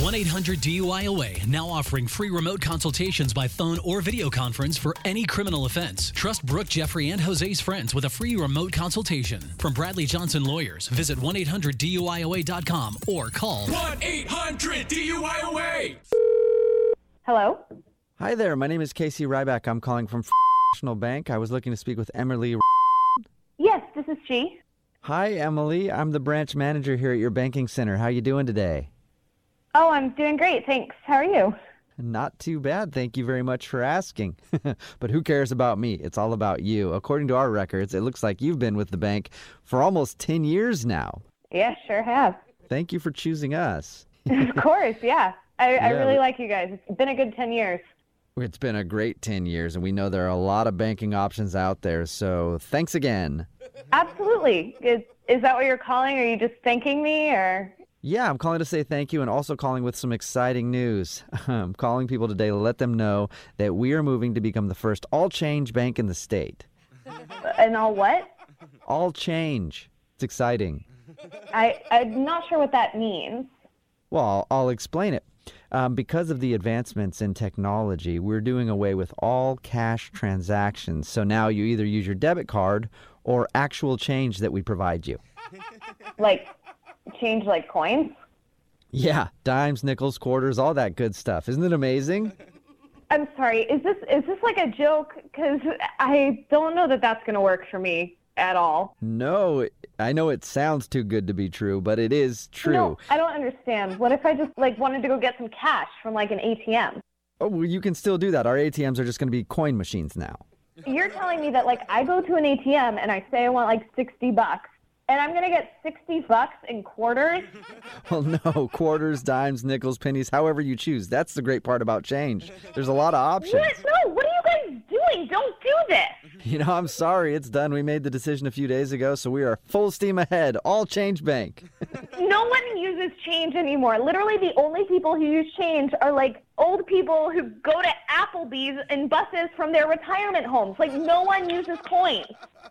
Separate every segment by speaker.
Speaker 1: 1 800 DUIOA now offering free remote consultations by phone or video conference for any criminal offense. Trust Brooke, Jeffrey, and Jose's friends with a free remote consultation. From Bradley Johnson Lawyers, visit 1 800 DUIOA.com or call
Speaker 2: 1 800 DUIOA.
Speaker 3: Hello?
Speaker 4: Hi there. My name is Casey Ryback. I'm calling from National Bank. I was looking to speak with Emily.
Speaker 3: Yes, this is she.
Speaker 4: Hi, Emily. I'm the branch manager here at your banking center. How you doing today?
Speaker 3: Oh, I'm doing great. Thanks. How are you?
Speaker 4: Not too bad. Thank you very much for asking. but who cares about me? It's all about you. According to our records, it looks like you've been with the bank for almost 10 years now.
Speaker 3: Yeah, sure have.
Speaker 4: Thank you for choosing us.
Speaker 3: of course, yeah. I, I
Speaker 4: Yeah,
Speaker 3: really
Speaker 4: but-
Speaker 3: like you guys. It's been a good 10 years.
Speaker 4: It's been a great 10 years, and we know there are a lot of banking options out there. So thanks again.
Speaker 3: Absolutely. Is, is that what you're calling? Are you just thanking me or?
Speaker 4: Yeah, I'm calling to say thank you and also calling with some exciting news. I'm calling people today to let them know that we are moving to become the first all change bank in the state.
Speaker 3: And all what?
Speaker 4: All change. It's exciting.
Speaker 3: I, I'm not sure what that means.
Speaker 4: Well, I'll, I'll explain it. Um, because of the advancements in technology, we're doing away with all cash transactions. So now you either use your debit card or actual change that we provide you.
Speaker 3: Like, change like coins?
Speaker 4: Yeah, dimes, nickels, quarters, all that good stuff. Isn't it amazing?
Speaker 3: I'm sorry. Is this is this like a joke? Because I don't know that that's going to work for me at all.
Speaker 4: No, I know it sounds too good to be true, but it is true.
Speaker 3: No, I don't understand. What if I just like wanted to go get some cash from like an ATM?
Speaker 4: Oh, well, you can still do that. Our ATMs are just going to be coin machines now.
Speaker 3: You're telling me that like I go to an ATM and I say I want like 60 bucks and I'm going to get 60 bucks in quarters?
Speaker 4: Well, no, quarters, dimes, nickels, pennies, however you choose. That's the great part about change. There's a lot of options.
Speaker 3: What? No, what are you guys doing? Don't do this.
Speaker 4: You know, I'm sorry, it's done. We made the decision a few days ago, so we are full steam ahead. All change bank.
Speaker 3: No one uses change anymore. Literally the only people who use change are like old people who go to Applebee's in buses from their retirement homes. Like no one uses coins.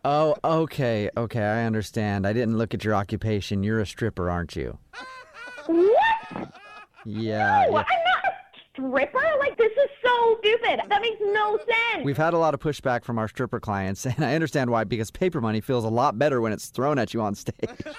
Speaker 4: Oh, okay, okay, I understand. I didn't look at your occupation. You're a stripper, aren't you?
Speaker 3: What?
Speaker 4: Uh, Yeah.
Speaker 3: No, I'm
Speaker 4: yeah.
Speaker 3: not a stripper. Like this is so stupid. That makes no sense.
Speaker 4: We've had a lot of pushback from our stripper clients, and I understand why, because paper money feels a lot better when it's thrown at you on stage. I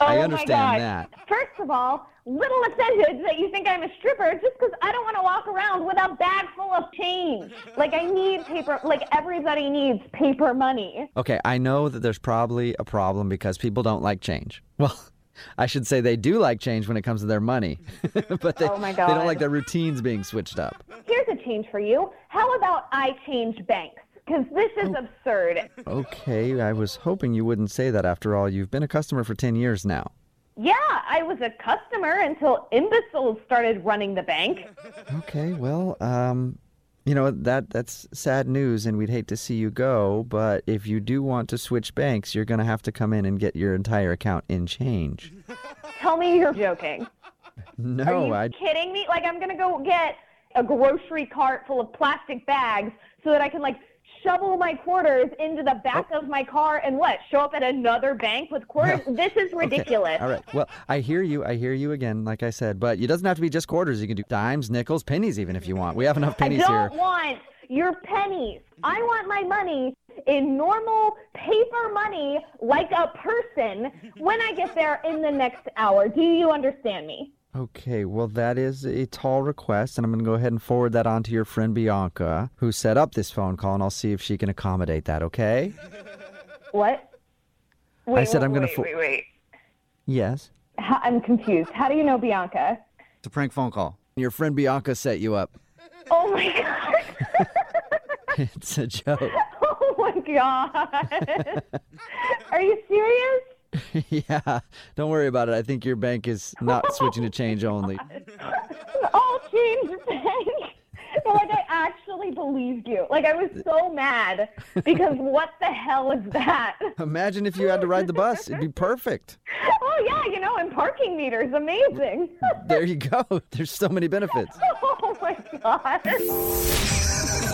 Speaker 3: Oh my
Speaker 4: understand
Speaker 3: God.
Speaker 4: that.
Speaker 3: First of all, little offended that you think I'm a stripper just 'cause I don't want to walk around with a bag full of change. Like I need paper. Like everybody needs paper money.
Speaker 4: Okay, I know that there's probably a problem because people don't like change. Well, I should say they do like change when it comes to their money, but they,
Speaker 3: Oh my
Speaker 4: they don't like
Speaker 3: God.
Speaker 4: their routines being switched up.
Speaker 3: Here's a change for you. How about I change banks? 'Cause this is
Speaker 4: Oh.
Speaker 3: absurd.
Speaker 4: Okay, I was hoping you wouldn't say that after all. You've been a customer for 10 years now.
Speaker 3: Yeah, I was a customer until imbeciles started running the bank.
Speaker 4: Okay, well, um, you know, that that's sad news and we'd hate to see you go, but if you do want to switch banks, you're going to have to come in and get your entire account in change.
Speaker 3: Tell me you're joking. Are
Speaker 4: No,
Speaker 3: you
Speaker 4: I
Speaker 3: kidding me? Like I'm gonna go get a grocery cart full of plastic bags so that I can like shovel my quarters into the back
Speaker 4: Oh.
Speaker 3: of my car and what? Show up at another bank with quarters? This is ridiculous.
Speaker 4: All right. Well, I hear you. I hear you again, like I said, but it doesn't have to be just quarters. You can do dimes, nickels, pennies, even if you want. We have enough
Speaker 3: I
Speaker 4: pennies here.
Speaker 3: don't want your pennies. I want my money in normal paper money like a person when I get there in the next hour. Do you understand me?
Speaker 4: Okay. Well, that is a tall request, and I'm going to go ahead and forward that on to your friend Bianca, who set up this phone call, and I'll see if she can accommodate that, okay?
Speaker 3: What? Wait,
Speaker 4: said
Speaker 3: wait,
Speaker 4: I'm gonna
Speaker 3: wait,
Speaker 4: fo-
Speaker 3: wait, wait.
Speaker 4: Yes.
Speaker 3: How- I'm confused. How do you know Bianca?
Speaker 4: It's a prank phone call. Your friend Bianca set you up.
Speaker 3: Oh my god.
Speaker 4: it's a joke.
Speaker 3: Oh my god. Are you serious?
Speaker 4: yeah. Don't worry about it. I think your bank is not switching to change only.
Speaker 3: All change bank. like I actually believed you. Like I was so mad because what the hell is that?
Speaker 4: Imagine if you had to ride the bus. It'd be perfect.
Speaker 3: Oh yeah, you know, and parking meters, amazing.
Speaker 4: There you go. There's so many benefits.
Speaker 3: oh my god.